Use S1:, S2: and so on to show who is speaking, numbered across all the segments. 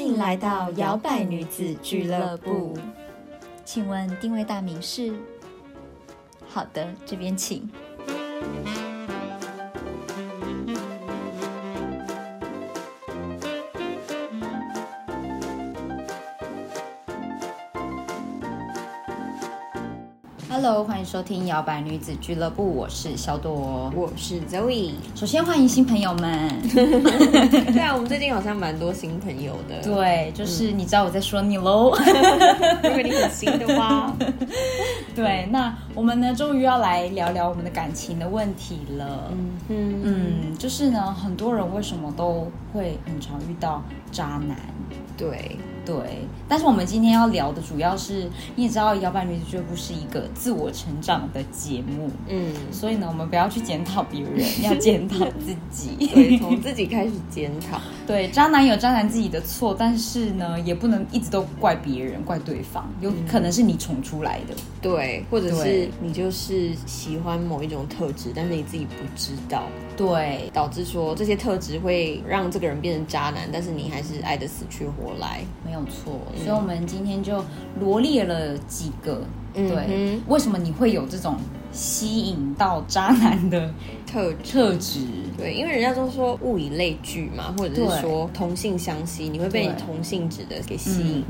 S1: 迎来到摇摆女子俱乐部。请问定位大名是？好的，这边请。
S2: Hello，欢迎收听摇摆女子俱乐部，我是小朵。
S3: 我是 Zoe。
S2: 首先欢迎新朋友们，
S3: 对啊，我们最近好像蛮多新朋友的。嗯
S2: 对，就是你知道我在说你 喽。
S3: 如果你很新的话，
S2: 对，那我们呢，终于要来聊聊我们的感情的问题了。
S3: 嗯
S2: 嗯，就是呢，很多人为什么都会很常遇到渣男？
S3: 对，
S2: 对，但是我们今天要聊的主要是，你也知道，摇摆女子俱乐部是一个自我成长的节目，
S3: 嗯，
S2: 所以呢，我们不要去检讨别人，要检讨自己。
S3: 对，从自己开始检讨。
S2: 对，渣男有渣男自己的错，但是呢，也不能一直都怪别人、怪对方，有
S3: 嗯
S2: 可能是你宠出来的。
S3: 对，或者是
S2: 对
S3: 你就是喜欢某一种特质，但是你自己不知道，
S2: 对，
S3: 导致说这些特质会让这个人变成渣男，但是你还是爱得死去活来。
S2: 没有错。所以我们今天就罗列了几个，
S3: 嗯
S2: 对
S3: 哼，
S2: 为什么你会有这种吸引到渣男的
S3: 特质。
S2: 特质？
S3: 对，因为人家都说物以类聚嘛，或者
S2: 对
S3: 是说同性相吸，你会被你
S2: 对嗯
S3: 同性质的给吸引。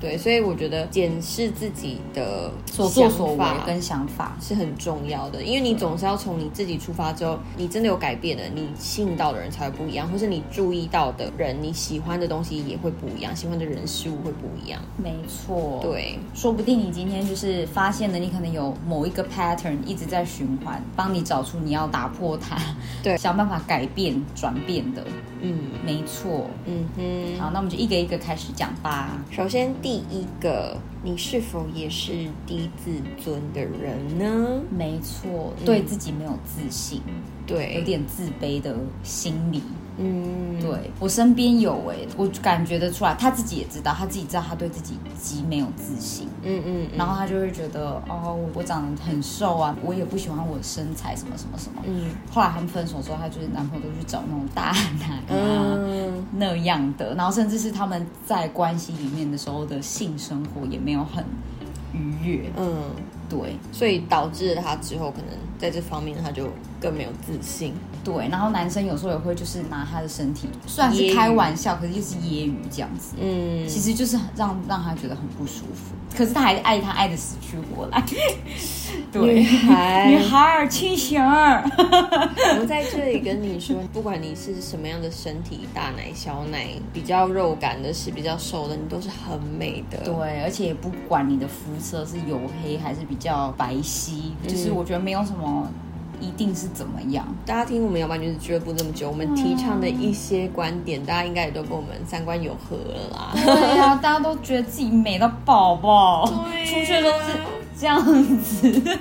S3: 对，所以我觉得检视自己的
S2: 所作所为
S3: 想法
S2: 跟想法，
S3: 是很重要的，因为你总是要从你自己出发之后，你真的有改变了，你吸引到的人才会不一样，或是你注意到的人，你喜欢的东西也会不一样，喜欢的人事物会不一样。
S2: 没错。，
S3: 对，
S2: 说不定你今天就是发现了，你可能有某一个 pattern 一直在循环，帮你找出你要打破它，
S3: 对
S2: 想办法改变、转变的。
S3: 嗯
S2: 没错。
S3: 嗯哼。
S2: 好，那我们就一个一个开始讲吧。
S3: 首先，第一个，你是否也是低自尊的人呢？
S2: 没错，
S3: 嗯
S2: 对自己没有自信，有
S3: 对，
S2: 点自卑的心理。
S3: 嗯，
S2: 对我身边有哎、我感觉得出来，他自己也知道，他自己知道他对自己极没有自信，
S3: 嗯嗯，
S2: 然后他就会觉得哦，我我长得很瘦啊，我也不喜欢我的身材，什么什么什么。
S3: 嗯
S2: 后来他们分手之后，她就是男朋友都去找那种大奶啊、
S3: 嗯
S2: 那样的，然后甚至是他们在关系里面的时候的性生活也没有很愉悦，
S3: 嗯，
S2: 对。
S3: 所以导致了他之后可能在这方面他就更没有自信。
S2: 对，然后男生有时候也会就是拿他的身体，虽然是开玩笑，可是就是揶揄这样子，
S3: 嗯，
S2: 其实就是很让让他觉得很不舒服。可是他还爱他爱的死去活 来，
S3: 女
S2: 对，
S3: 孩，
S2: 女孩儿清醒儿，
S3: 我在这里跟你说，不管你是什么样的身体，大奶、小奶，比较肉感的是比较瘦的，你都是很美的。
S2: 对，而且也不管你的肤色是黝黑还是比较白皙，就是我觉得没有什么一定是怎么样，
S3: 大家听我们摇摆女子俱乐部这么久，我们提倡的一些观点，大家应该也都跟我们三观有合了啦。
S2: 对啊呀、大家都觉得自己美到爆爆， 出去都是这样子，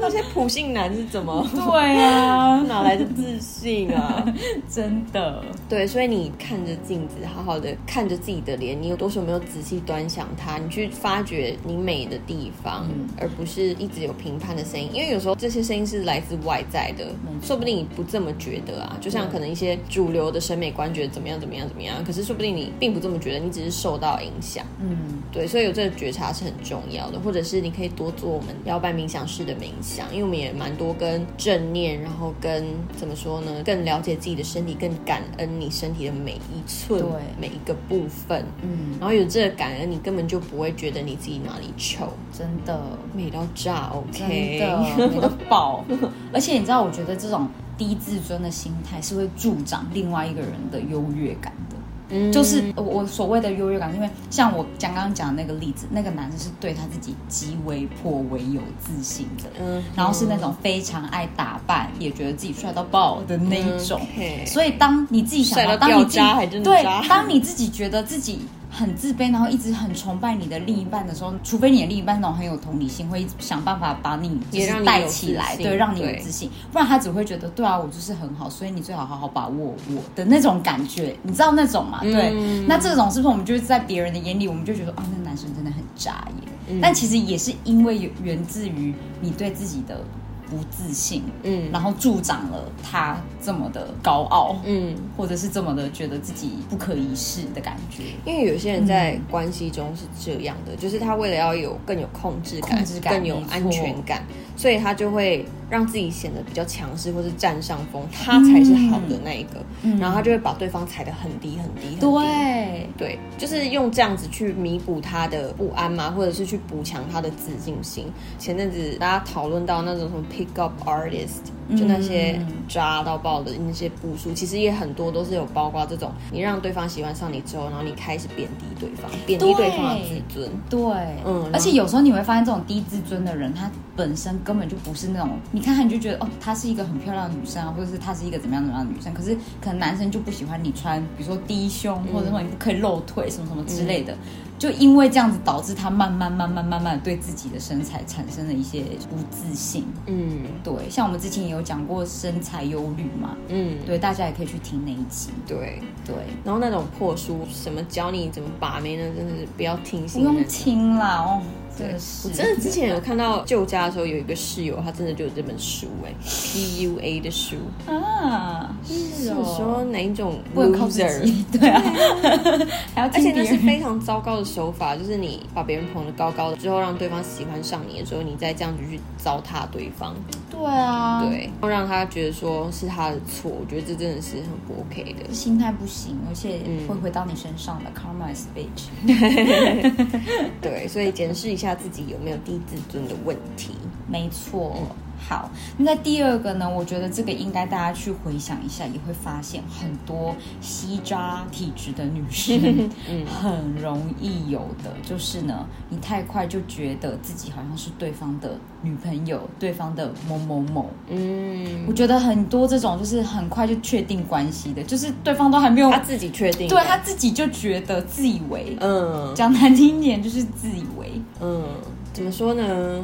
S3: 那些普信男是怎么
S2: 对啊呀、
S3: 哪来的自信啊？
S2: 真的。
S3: 对，所以你看着镜子，好好的看着自己的脸，你有多久没有仔细端详它？你去发掘你美的地方，而不是一直有评判的声音。因为有时候这些声音是来自外在的，说不定你不这么觉得啊。就像可能一些主流的审美观觉得怎么样怎么样怎么样，可是说不定你并不这么觉得，你只是受到影响。
S2: 嗯，
S3: 对，所以有这个觉察是很重要的，或者是你可以多做我们摇摆冥想式的冥想，因为我们也蛮多跟正念，然后跟怎么说呢，更了解自己的身体，更感恩你身体的每一寸、
S2: 对
S3: 每一个部分，
S2: 嗯，
S3: 然后有这个感恩，你根本就不会觉得你自己哪里丑，
S2: 真的，
S3: 美到炸
S2: 真
S3: ，OK，
S2: 的美到爆。 而且你知道，我觉得这种低自尊的心态是会助长另外一个人的优越感的。
S3: 嗯
S2: 就是我我所谓的优越感，因为像我刚刚讲的那个例子，那个男生是对他自己极为颇为有自信的，
S3: 嗯
S2: 然后是那种非常爱打扮，也觉得自己帅到爆的那一种。
S3: OK
S2: 所以当你自己想
S3: 帅
S2: 要，
S3: 到
S2: 当你自己
S3: 掉渣还真的
S2: 对
S3: 渣，
S2: 当你自己觉得自己很自卑，然后一直很崇拜你的另一半的时候，除非你的另一半那种很有同理心，会想办法把你就
S3: 也让
S2: 是
S3: 你
S2: 带
S3: 有
S2: 起
S3: 自
S2: 来，
S3: 信
S2: 对，让你有
S3: 对
S2: 自信，不然他只会觉得对啊，我就是很好，所以你最好好好把握我的那种感觉，你知道那种吗？
S3: 嗯
S2: 对，那这种是不是我们就是在别人的眼里，我们就觉得啊，那个男
S3: 嗯
S2: 生真的很渣耶？但其实也是因为有源自于你对自己的。不不自信，
S3: 嗯
S2: 然后助长了他这么的高傲，
S3: 嗯，
S2: 或者是这么的觉得自己不可一世的感觉，
S3: 因为有些人
S2: 嗯
S3: 在关系中是这样的，就是他为了要有更有控制感、
S2: 控制感
S3: 更有安全感，所以他就会让自己显得比较强势，或是占上风，他才是好的那一个，
S2: 嗯
S3: 然后他就会把对方踩得很低很低很低。
S2: 对。
S3: 对，就是用这样子去弥补他的不安嘛，或者是去补强他的自信心。前阵子大家讨论到那种什么 pick up artist，就
S2: 嗯
S3: 那些渣到爆的那些步数，其实也很多都是有包括这种，你让对方喜欢上你之后，然后你开始贬低对方，贬低对方的自尊。
S2: 对，
S3: 嗯
S2: 而且有时候你会发现，这种低自尊的人，他本身根本就不是那种，你看他你就觉得哦，她是一个很漂亮的女生啊，或者是她是一个怎么样怎么样的女生，可是可能男生就不喜欢你穿，比如说低胸，或者说你不可以露腿什么什么之类的，就因为这样子导致他慢慢慢慢慢慢地对自己的身材产生了一些不自信。
S3: 嗯
S2: 对，像我们之前也有讲过身材忧虑嘛，
S3: 嗯，
S2: 对，大家也可以去听那一集。
S3: 对。
S2: 对，
S3: 然后那种破书，什么教你怎么把妹呢？真的是不要听
S2: 不
S3: 信那
S2: 用
S3: 种。
S2: 听啦哦，真的
S3: 我
S2: 是，
S3: 真的之前有看到旧家的时候，有一个室友，他真的就有这本书哎、p u a 的书。
S2: 啊，
S3: 是
S2: 是
S3: 有说哪一种
S2: 不能靠自
S3: loser，
S2: 己，对啊，还 要
S3: 而
S2: 听
S3: 且那
S2: 别
S3: 是
S2: 人。
S3: 非常糟糕的手法，就是你把别人捧得高高的之后，让对方喜欢上你的时候，你再这样子去糟蹋对方，
S2: 对啊，，
S3: 对，让他觉得说是他的错，我觉得这真的是很不 OK 的。
S2: 心态不行，而且
S3: 嗯
S2: 会回到你身上的。Karma is bitch。
S3: 对，所以检视一下自己有没有低自尊的问题。
S2: 没错。好，那第二个呢？我觉得这个应该大家去回想一下，也会发现很多吸渣体质的女 生，
S3: 嗯
S2: 很容易有的就是呢，你太快就觉得自己好像是对方的女朋友，对方的某某某。
S3: 嗯，
S2: 我觉得很多这种就是很快就确定关系的，就是对方都还没有
S3: 他自己确定的，
S2: 对他自己就觉得自以为，
S3: 嗯
S2: 讲难听一点就是自以为。
S3: 嗯，怎么说呢？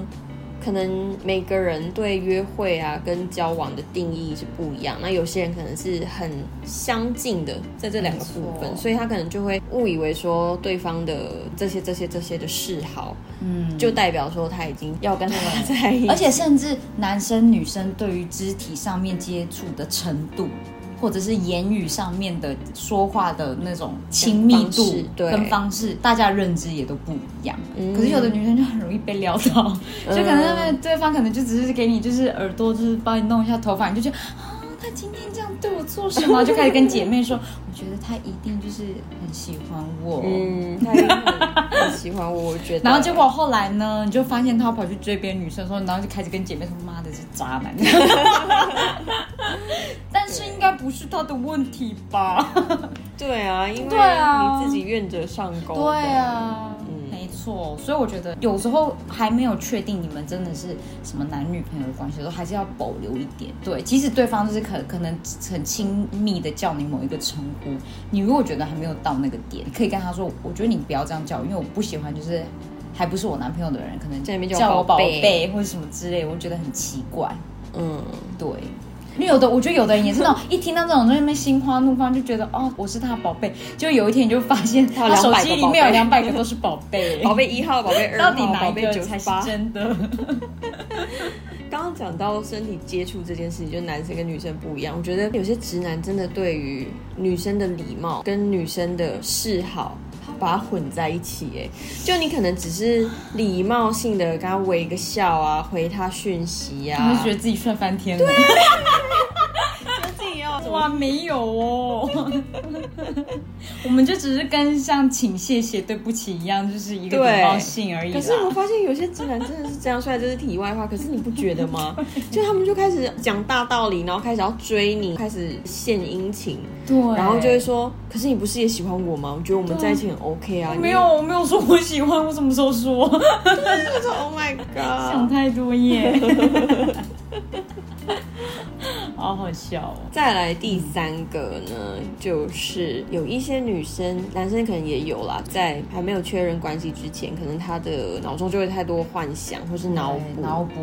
S3: 可能每个人对约会啊跟交往的定义是不一样，那有些人可能是很相近的，在这两个部
S2: 没
S3: 分，
S2: 错
S3: 所以他可能就会误以为说对方的这些这些这些的嗜好，
S2: 嗯，
S3: 就代表说他已经要跟他在一起，
S2: 而且甚至男生女生对于肢体上面接触的程度，或者是言语上面的说话的那种亲密
S3: 方
S2: 度
S3: 式对
S2: 跟方式，大家认知也都不一样。
S3: 嗯
S2: 可是有的女生就很容易被撩到，就可能那边对方可能就只是给你就是耳朵，就是帮你弄一下头发，你就觉得啊，他今天这样对我做什么？就开始跟姐妹说， 我觉得他一定就是很喜欢我。
S3: 嗯，他也很很喜欢我，我觉得，
S2: 然后结果后来呢，你就发现他跑去追别的女生的时候，然后就开始跟姐妹说：“妈的，是渣 男。” 但是应该不是他的问题吧？
S3: 对啊，因为
S2: 对啊
S3: 你自己愿者上钩，
S2: 对，啊，
S3: 嗯
S2: 没错。所以我觉得有时候还没有确定你们真的是什么男女朋友的关系的时候，还是要保留一点。对，即使对方就是可可能很亲密的叫你某一个称呼，你如果觉得还没有到那个点，可以跟他说：“我觉得你不要这样叫我，因为我不喜欢就是。”还不是我男朋友的人，可能
S3: 在那边叫
S2: 叫我
S3: 宝
S2: 宝
S3: 贝
S2: 贝或者什么之类，我觉得很奇怪。
S3: 嗯，
S2: 对，因为有的我觉得有的人也是 那种一听到这种在那边心花怒放，就觉得哦我是他的宝贝，就有一天你就发 现
S3: 他
S2: 他
S3: 有
S2: 手
S3: 200
S2: 机
S3: 个
S2: 里
S3: 宝贝
S2: 面有两百个都是宝贝，
S3: 宝贝一号，宝贝二
S2: 到
S3: 号，
S2: 底哪
S3: 宝
S2: 一
S3: 贝
S2: 个
S3: 九
S2: 才
S3: 十
S2: 是
S3: 八。
S2: 真 的？
S3: 刚刚讲到身体接触这件事情，就男生跟女生不一样。我觉得有些直男真的对于女生的礼貌跟女生的嗜好，他把它混在一起。哎，就你可能只是礼貌性的跟他微个笑啊，回他讯息
S2: 你
S3: 啊，
S2: 会觉得自己帅翻天了？
S3: 自己要
S2: 啊哇，没有哦，我们就只是跟像请谢谢对不起一样，就是一个
S3: 对
S2: 礼貌性而已
S3: 可
S2: 啦。
S3: 是我发现有些直男真的是这样，虽然这是题外话，可是你不觉得 吗？就他们就开始讲大道理，然后开始要追你，开始献殷勤，
S2: 对，
S3: 然后就会说：“可是你不是也喜欢我吗？我觉得我们在一起很 OK 啊。”
S2: 没有，我没有说我喜欢，我什么时候说？
S3: 我说 Oh my
S2: 想
S3: god！
S2: 太多耶， 好好笑哦。
S3: 再来第三个呢，就是有一些女生，男生可能也有啦，在还没有确认关系之前，可能他的脑中就会太多幻想或是脑补
S2: 对脑补，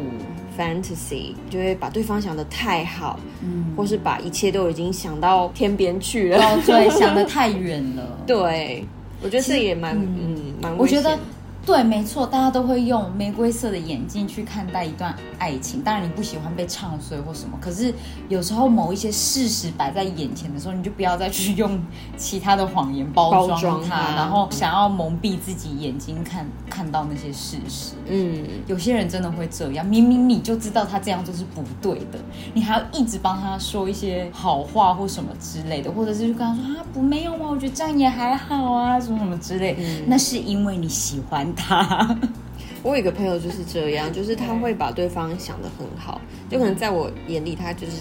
S3: fantasy，就会把对方想得太好，
S2: 嗯，
S3: 或是把一切都已经想到天边去了。
S2: 哦，对，想得太远了。
S3: 对，我觉得这也蛮嗯蛮危
S2: 我觉
S3: 险的
S2: 得对，没错，大家都会用玫瑰色的眼镜去看待一段爱情。当然，你不喜欢被唱衰或什么，可是有时候某一些事实摆在眼前的时候，你就不要再去用其他的谎言包
S3: 包
S2: 装
S3: 装
S2: 它，
S3: 它
S2: 然后想要蒙蔽自己眼睛看看到那些事实。
S3: 嗯，
S2: 有些人真的会这样，明明你就知道他这样做是不对的，你还要一直帮他说一些好话或什么之类的，或者是就跟他说啊不没有啊，我觉得这样也还好啊，什么什么之类。
S3: 嗯
S2: 那是因为你喜欢他，
S3: 我有一个朋友就是这样，就是他会把对方想得很好，就可能在我眼里他就是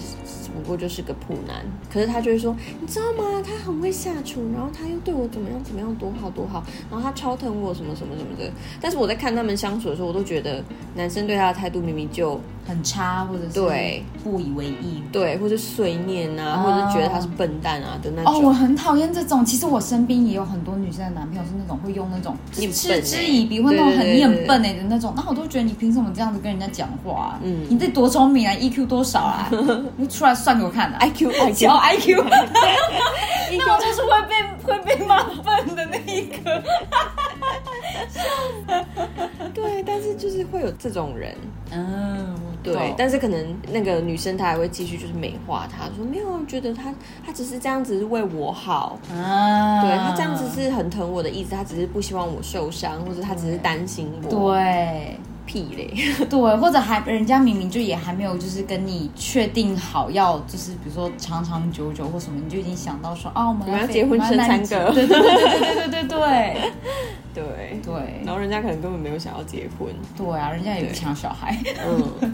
S3: 只不过就是个普男，可是他就会说，你知道吗？他很会下厨，然后他又对我怎么样怎么样多好多好，然后他超疼我什么什么什么的。但是我在看他们相处的时候，我都觉得男生对他的态度明明就
S2: 很差，或者是
S3: 对
S2: 不以为意。
S3: 对，或者碎念啊，
S2: 哦
S3: 或者是觉得他是笨蛋啊的那
S2: 哦，
S3: 种。
S2: 我很讨厌这种。其实我身边也有很多女生的男朋友是那种会用那种
S3: 你很
S2: 嗤
S3: 笨
S2: 之
S3: 欸
S2: 以鼻，会那种
S3: 对对
S2: 很
S3: 对
S2: 你很
S3: 对对
S2: 笨哎的那种。那我都觉得你凭什么这样子跟人家讲话、啊？嗯
S3: 嗯，
S2: 你这多聪明啊，EQ 多少 啊？你出来算给我看啊！
S3: I Q I
S2: 小
S3: Q，
S2: IQ，那我就是会被会被骂笨的那一个。
S3: 对，但是就是会有这种人，
S2: 嗯，我
S3: 对，但是可能那个女生她还会继续就是美化他，说没有，我觉得他他只是这样子是为我好，
S2: 啊，
S3: 对他这样子是很疼我的意思，他只是不希望我受伤，或者他只是担心我，，
S2: 对。
S3: 屁嘞，
S2: 对，或者还人家明明就也还没有，就是跟你确定好要，就是比如说长长久久或什么，你就已经想到说，哦，我们
S3: 我们要
S2: 飞
S3: 结婚
S2: 我们要
S3: 生
S2: 那一
S3: 三个
S2: 集对对对对对对对对
S3: 对，
S2: 对
S3: 然后人家可能根本没有想要结婚，
S2: 对啊，人家也不抢小孩，
S3: 嗯。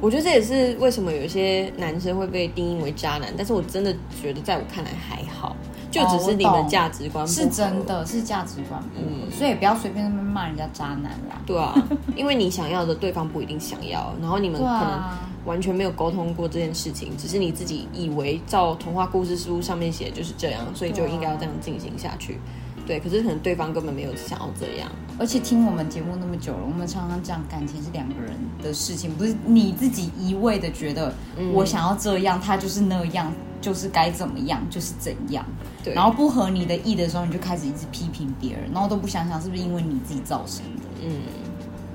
S3: 我觉得这也是为什么有些男生会被定义为渣男，但是我真的觉得在我看来还好，就
S2: 哦
S3: 只
S2: 我
S3: 是你们
S2: 懂
S3: 价值观不
S2: 是真
S3: 合
S2: 的是价值观不合，
S3: 嗯
S2: 所以不要随便那么骂人家渣男啦。
S3: 对啊，因为你想要的对方不一定想要，然后你们
S2: 对
S3: 可
S2: 啊
S3: 能完全没有沟通过这件事情，只是你自己以为照童话故事书上面写的就是这样，所以就应该要这样进行下去。对，可是可能对方根本没有想要这样。
S2: 而且听我们节目那么久了，我们常常讲感情是两个人的事情，不是你自己一味的觉得
S3: 嗯
S2: 我想要这样，他就是那样，就是该怎么样，就是怎样。
S3: 对
S2: 然后不合你的意的时候，你就开始一直批评别人，然后都不想想是不是因为你自己造成的。
S3: 嗯，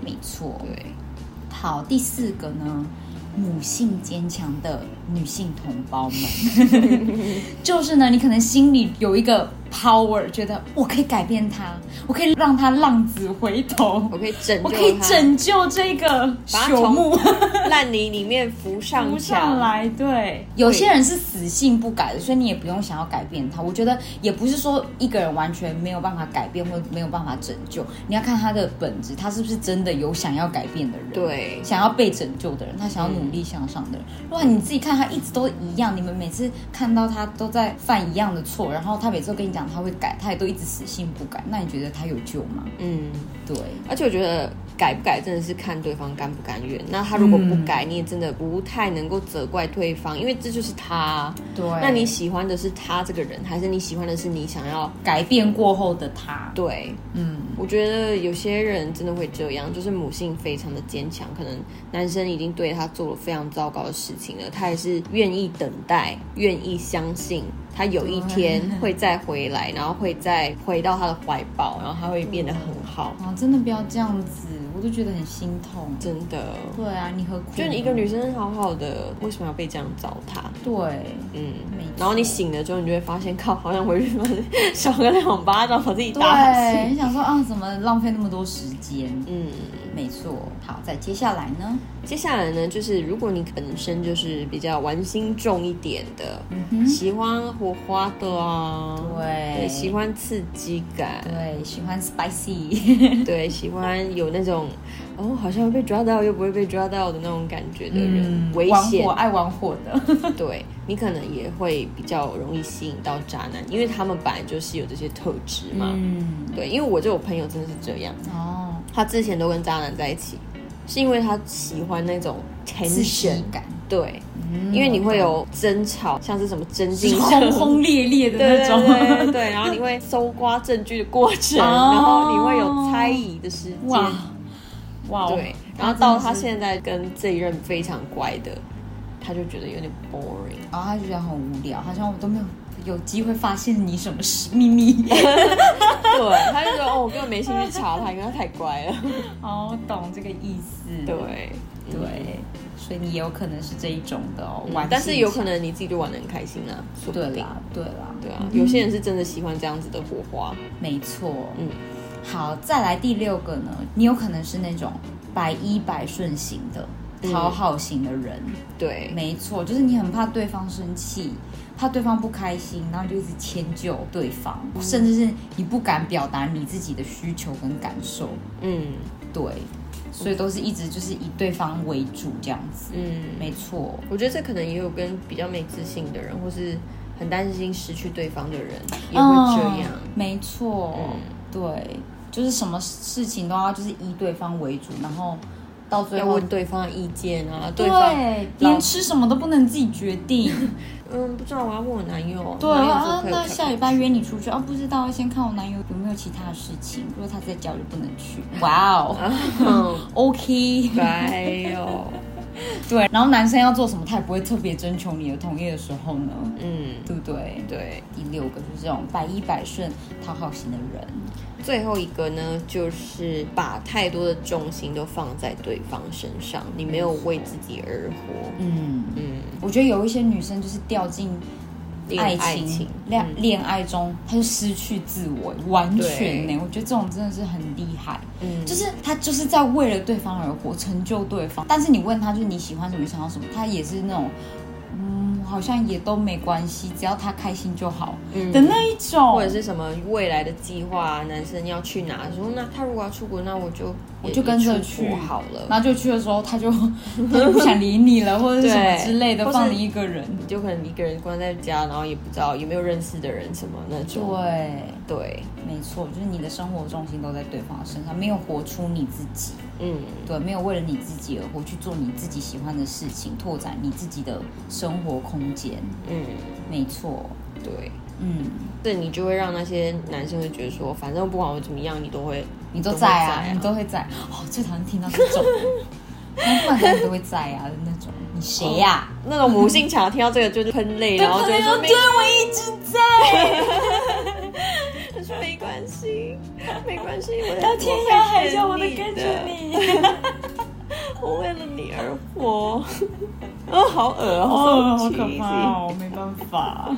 S2: 没错。
S3: 对，
S2: 好，第四个呢，母性坚强的女性同胞们， 就是呢，你可能心里有一个 power，觉得我可以改变他，我可以让他浪子回头
S3: 我，可以拯
S2: 我
S3: 救
S2: 可以
S3: 他，
S2: 拯救这个
S3: 把他
S2: 朽木。
S3: 从烂泥里面扶上
S2: 不
S3: 墙
S2: 上。来， 对，有些人是死性不改的，所以你也不用想要改变他。我觉得也不是说一个人完全没有办法改变或没有办法拯救，你要看他的本质，他是不是真的有想要改变的人。
S3: 对
S2: 想要被拯救的人，他
S3: 嗯
S2: 想要努力向上的人。如果你自己看他一直都一样，你们每次看到他都在犯一样的错，然后他每次都跟你讲他会改，他也都一直死性不改，那你觉得他有救吗？
S3: 嗯，
S2: 对，
S3: 而且我觉得改不改真的是看对方甘不甘愿。那他如果不改，你也真的不太能够责怪对方，因为这就是他。
S2: 对，
S3: 那你喜欢的是他这个人，还是你喜欢的是你想要？
S2: 改变过后的他，
S3: 对，
S2: 嗯，
S3: 我觉得有些人真的会这样，就是母性非常的坚强，可能男生已经对他做了非常糟糕的事情了，他还是愿意等待，愿意相信他有一天会再回来，然后会再回到他的怀抱，然后他会变得很好，
S2: 啊，真的不要这样子，我都觉得很心痛。
S3: 真的。
S2: 对啊，你何苦？
S3: 就你一个，女生好好的，为什么要被这样糟蹋？
S2: 对，
S3: 嗯
S2: 没错，
S3: 然后你醒了之后，你就会发现，靠，好想回去赏个两巴掌，把自己打
S2: 对，
S3: 醒。
S2: 你想说啊，怎么浪费那么多时间？
S3: 嗯。
S2: 没错，好，再接下来呢？
S3: 接下来呢，就是如果你本身就是比较玩心重一点的，喜欢火花的啊，
S2: 嗯对
S3: 喜欢刺激感，
S2: 对，喜欢 spicy，
S3: 对，喜欢有那种哦，好像会被抓到又不会被抓到的那种感觉的 人，嗯危
S2: 嗯玩
S3: 险
S2: 火，爱玩火的，
S3: 对你可能也会比较容易吸引到渣男，因为他们本来就是有这些特质嘛。
S2: 嗯，
S3: 对，因为我就有朋友真的是这样，
S2: 哦，
S3: 他之前都跟渣男在一起，是因为他喜欢那种
S2: 刺
S3: tension
S2: 激。感，
S3: 对，因为 你会有争吵，像是什么争竞
S2: 嗯是轰轰烈烈的
S3: 对对
S2: 那 种，
S3: 对对对，然后你会搜刮证据的过程，
S2: 哦
S3: 然后你会有猜疑的时
S2: 哇
S3: 间，
S2: 哇哦，
S3: 对，然后到他
S2: 真的是
S3: 现在跟这一任非常乖的，他就觉得有点 boring，
S2: 然后他就觉得很无聊，好像我都没有有机会发现你什么事秘密。
S3: 对，他就说哦，我根本没兴趣查他，因为他太乖了。
S2: 哦，懂这个意思。嗯
S3: 对
S2: 对，所以你也有可能是这一种的哦，玩
S3: 嗯
S2: 性
S3: 但是有可
S2: 强
S3: 能你自己就玩的很开心啦，说不
S2: 对
S3: 定。
S2: 啦，嗯对啦，
S3: 对啊，有些人是真的喜欢这样子的火花。
S2: 没错。
S3: 嗯，
S2: 好，再来第六个呢，你有可能是那种百依百顺型的。
S3: 嗯
S2: 讨好型的人，
S3: 对，
S2: 没错，就是你很怕对方生气，怕对方不开心，然后你就一直迁就对方，甚至是你不敢表达你自己的需求跟感受，
S3: 嗯
S2: 对，所以都是一直就是以对方为主这样子，
S3: 嗯，
S2: 没错，
S3: 我觉得这可能也有跟比较没自信的人，或是很担心失去对方的人也会这样。
S2: 嗯没错，对，就是什么事情都要就是以对方为主，然后到最
S3: 要
S2: 后
S3: 问对方的意见啊，对方，
S2: 哎对，
S3: 老
S2: 连吃什么都不能自己决定。
S3: 嗯，不知道我要问我男友，
S2: 对，
S3: 男友
S2: 啊
S3: 说，可以
S2: 那
S3: 不
S2: 下
S3: 可以
S2: 礼拜约你出去啊，不知道先看我男友有没有其他的事情，如果他在家我就不能 去。哇哦
S3: 嗯，
S2: ，OK，
S3: 拜哟，
S2: 对。然后男生要做什么，他也不会特别征求你的同意的时候呢，
S3: 嗯，
S2: 对不对？
S3: 对。
S2: 第六个就是这种百依百顺、讨好型的人，
S3: 最后一个呢，就是把太多的重心都放在对方身上，你没有为自己而活。
S2: 嗯。
S3: 嗯，
S2: 我觉得有一些女生就是掉进
S3: 恋
S2: 爱
S3: 爱
S2: 情
S3: 情
S2: 恋
S3: 嗯
S2: 恋爱中，她就失去自我，完全呢、
S3: 对
S2: 我觉得这种真的是很厉害，
S3: 嗯
S2: 就是她就是在为了对方而活，成就对方。但是你问她就是你喜欢什么，想要什么，她也是那种。嗯，好像也都没关系，只要她开心就好、
S3: 嗯
S2: 的那一种，
S3: 或者是什么未来的计划啊，男生要去哪？说那他如果要出国，那我就
S2: 我
S3: 也
S2: 就跟着
S3: 一起出
S2: 去
S3: 国好了。
S2: 然后就去的时候，她就 她就不想理你了，或者是什么
S3: 对
S2: 之类的，
S3: 或是
S2: 放你一个人。
S3: 你就可能一个人关在家，然后也不知道有没有认识的人什么那
S2: 对，
S3: 种。对，
S2: 没错，就是你的生活重心都在对方身上，没有活出你自己，
S3: 嗯，
S2: 对，没有为了你自己而活，去做你自己喜欢的事情，拓展你自己的生活空间，
S3: 嗯，
S2: 没错，
S3: 对，
S2: 嗯，
S3: 这你就会让那些男生会觉得说，反正不管我怎么样，你都会，
S2: 你都在啊，
S3: 在啊
S2: 你都会在，哦，最讨厌听到这种， 那不然你都会在啊的那种，你谁呀、
S3: 那种母性强听到这个就是喷泪，
S2: 哦对
S3: 然后就
S2: 朋
S3: 会
S2: 友
S3: 说没
S2: 对我一直在，
S3: 没关系，没关系，我
S2: 到天涯海角
S3: 我
S2: 我
S3: 会
S2: 都跟着
S3: 你
S2: 你。
S3: 的，我为了你而 活。哦，好恶
S2: 哦，
S3: 哦，
S2: 好
S3: 好
S2: 可怕哦，没办法。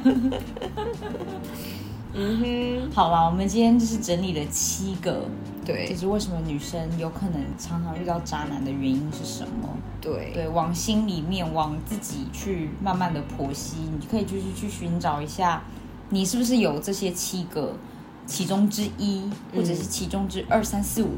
S3: 嗯
S2: 好啦，我们今天就是整理了七个
S3: 哼，
S2: 就
S3: 对
S2: 是为什么女生有可能常常遇到渣男的原因是什么？
S3: 对
S2: 对，往心里面，往自己去慢慢的剖析，你可以就是去寻找一下，你是不是有这些七个，其中之一，或者是
S3: 嗯
S2: 其中之二、三四五。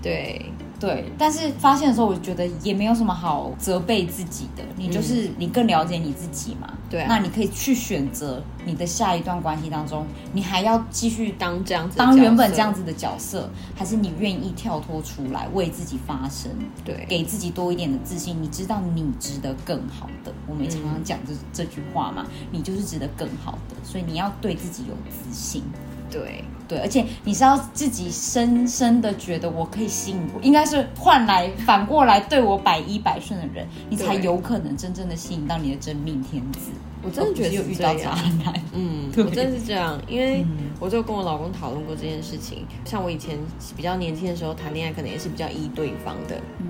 S3: 对，
S2: 对，但是发现的时候，我觉得也没有什么好责备自己的，你就是、你更了解你自己嘛。
S3: 嗯对啊
S2: 那你可以去选择你的下一段关系当中，你还要继续
S3: 当这样子的
S2: 当原本
S3: 角色
S2: 这样，子的角色，还是你愿意跳脱出来为自己发声，
S3: 对
S2: 给自己多一点的自信？你知道你值得更好的，我们也常常讲这、这句话嘛，你就是值得更好的，所以你要对自己有自信。
S3: 对
S2: 对，而且你是要自己深深的觉得我可以吸引我，应该是换来反过来对我百依百顺的人，你才
S3: 对
S2: 有可能真正的吸引到你的真命天子。
S3: 我真的觉得
S2: 而
S3: 是
S2: 哦不是又遇
S3: 这
S2: 到渣
S3: 样。
S2: 男，
S3: 嗯，
S2: 对
S3: 我真的是这样，因为我就跟我老公讨论过这件事情。像我以前比较年轻的时候谈恋爱，可能也是比较依对方的，
S2: 嗯，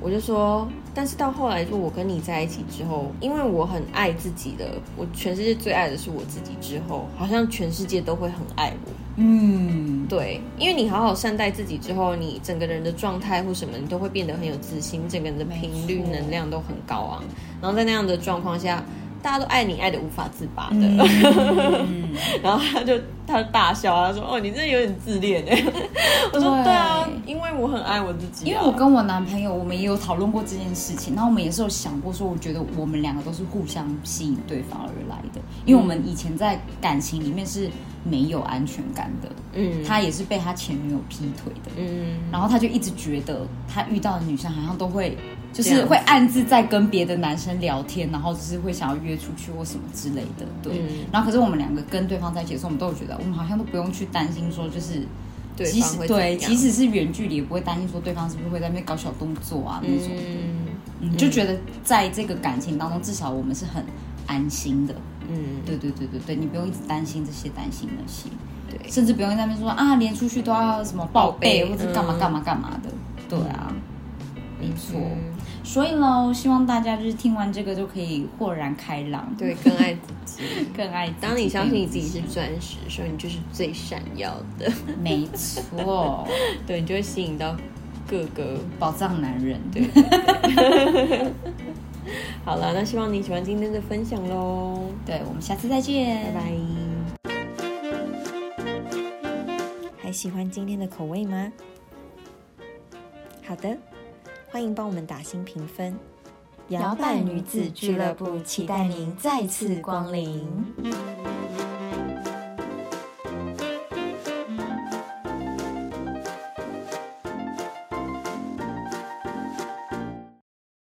S3: 我就说，但是到后来，就我跟你在一起之后，因为我很爱自己的，我全世界最爱的是我自己。之后，好像全世界都会很爱我。
S2: 嗯，
S3: 对，因为你好好善待自己之后，你整个人的状态或什么，你都会变得很有自信，整个人的频率
S2: 没错
S3: 能量都很高昂。然后在那样的状况下，大家都爱你，爱的无法自拔的。
S2: 嗯
S3: 然后他就他就大笑，他说：“哦，你真的有点自恋 哎。”我说：“
S2: 对
S3: 对啊，因为我很爱我自己、啊。”
S2: 因为我跟我男朋友，我们也有讨论过这件事情，然后我们也是有想过说，我觉得我们两个都是互相吸引对方而来的，因为我们以前在感情里面是没有安全感的，
S3: 嗯
S2: 他也是被他前女友劈腿的，
S3: 嗯
S2: 然后他就一直觉得他遇到的女生好像都会。就
S3: 这
S2: 是
S3: 样子
S2: 会暗自在跟别的男生聊天，然后就是会想要约出去或什么之类的，对。
S3: 嗯
S2: 然后可是我们两个跟对方在一起的时候，我们都有觉得我们好像都不用去担心说就是
S3: 对
S2: 即
S3: 方
S2: 使
S3: 会
S2: 对，
S3: 怎样
S2: 即使是远距离，也不会担心说对方是不是会在那边搞小动作啊那种。
S3: 嗯
S2: 嗯，就觉得在这个感情当中，至少我们是很安心的。
S3: 嗯，
S2: 对对对对对，你不用一直担心这些担心那些，
S3: 对，
S2: 甚至不用在那边说啊，连出去都要什么报备
S3: 报备
S2: 或者干嘛
S3: 嗯
S2: 干嘛干嘛的。对啊，没错。
S3: 嗯
S2: 所以喽，希望大家就是听完这个就可以豁然开朗，
S3: 对，更爱自己。
S2: 更爱自己。
S3: 当你相信你自己是钻石的时候，你就是最闪耀的，
S2: 没错，
S3: 对，你就会吸引到各个。
S2: 宝藏男人。对，
S3: 好了，那希望你喜欢今天的分享喽，
S2: 对，我们下次再见，
S3: 拜拜。还喜欢今天的口味吗？好的，欢迎帮我们打新评分。
S1: 摇摆女子俱乐部期待您再次光临。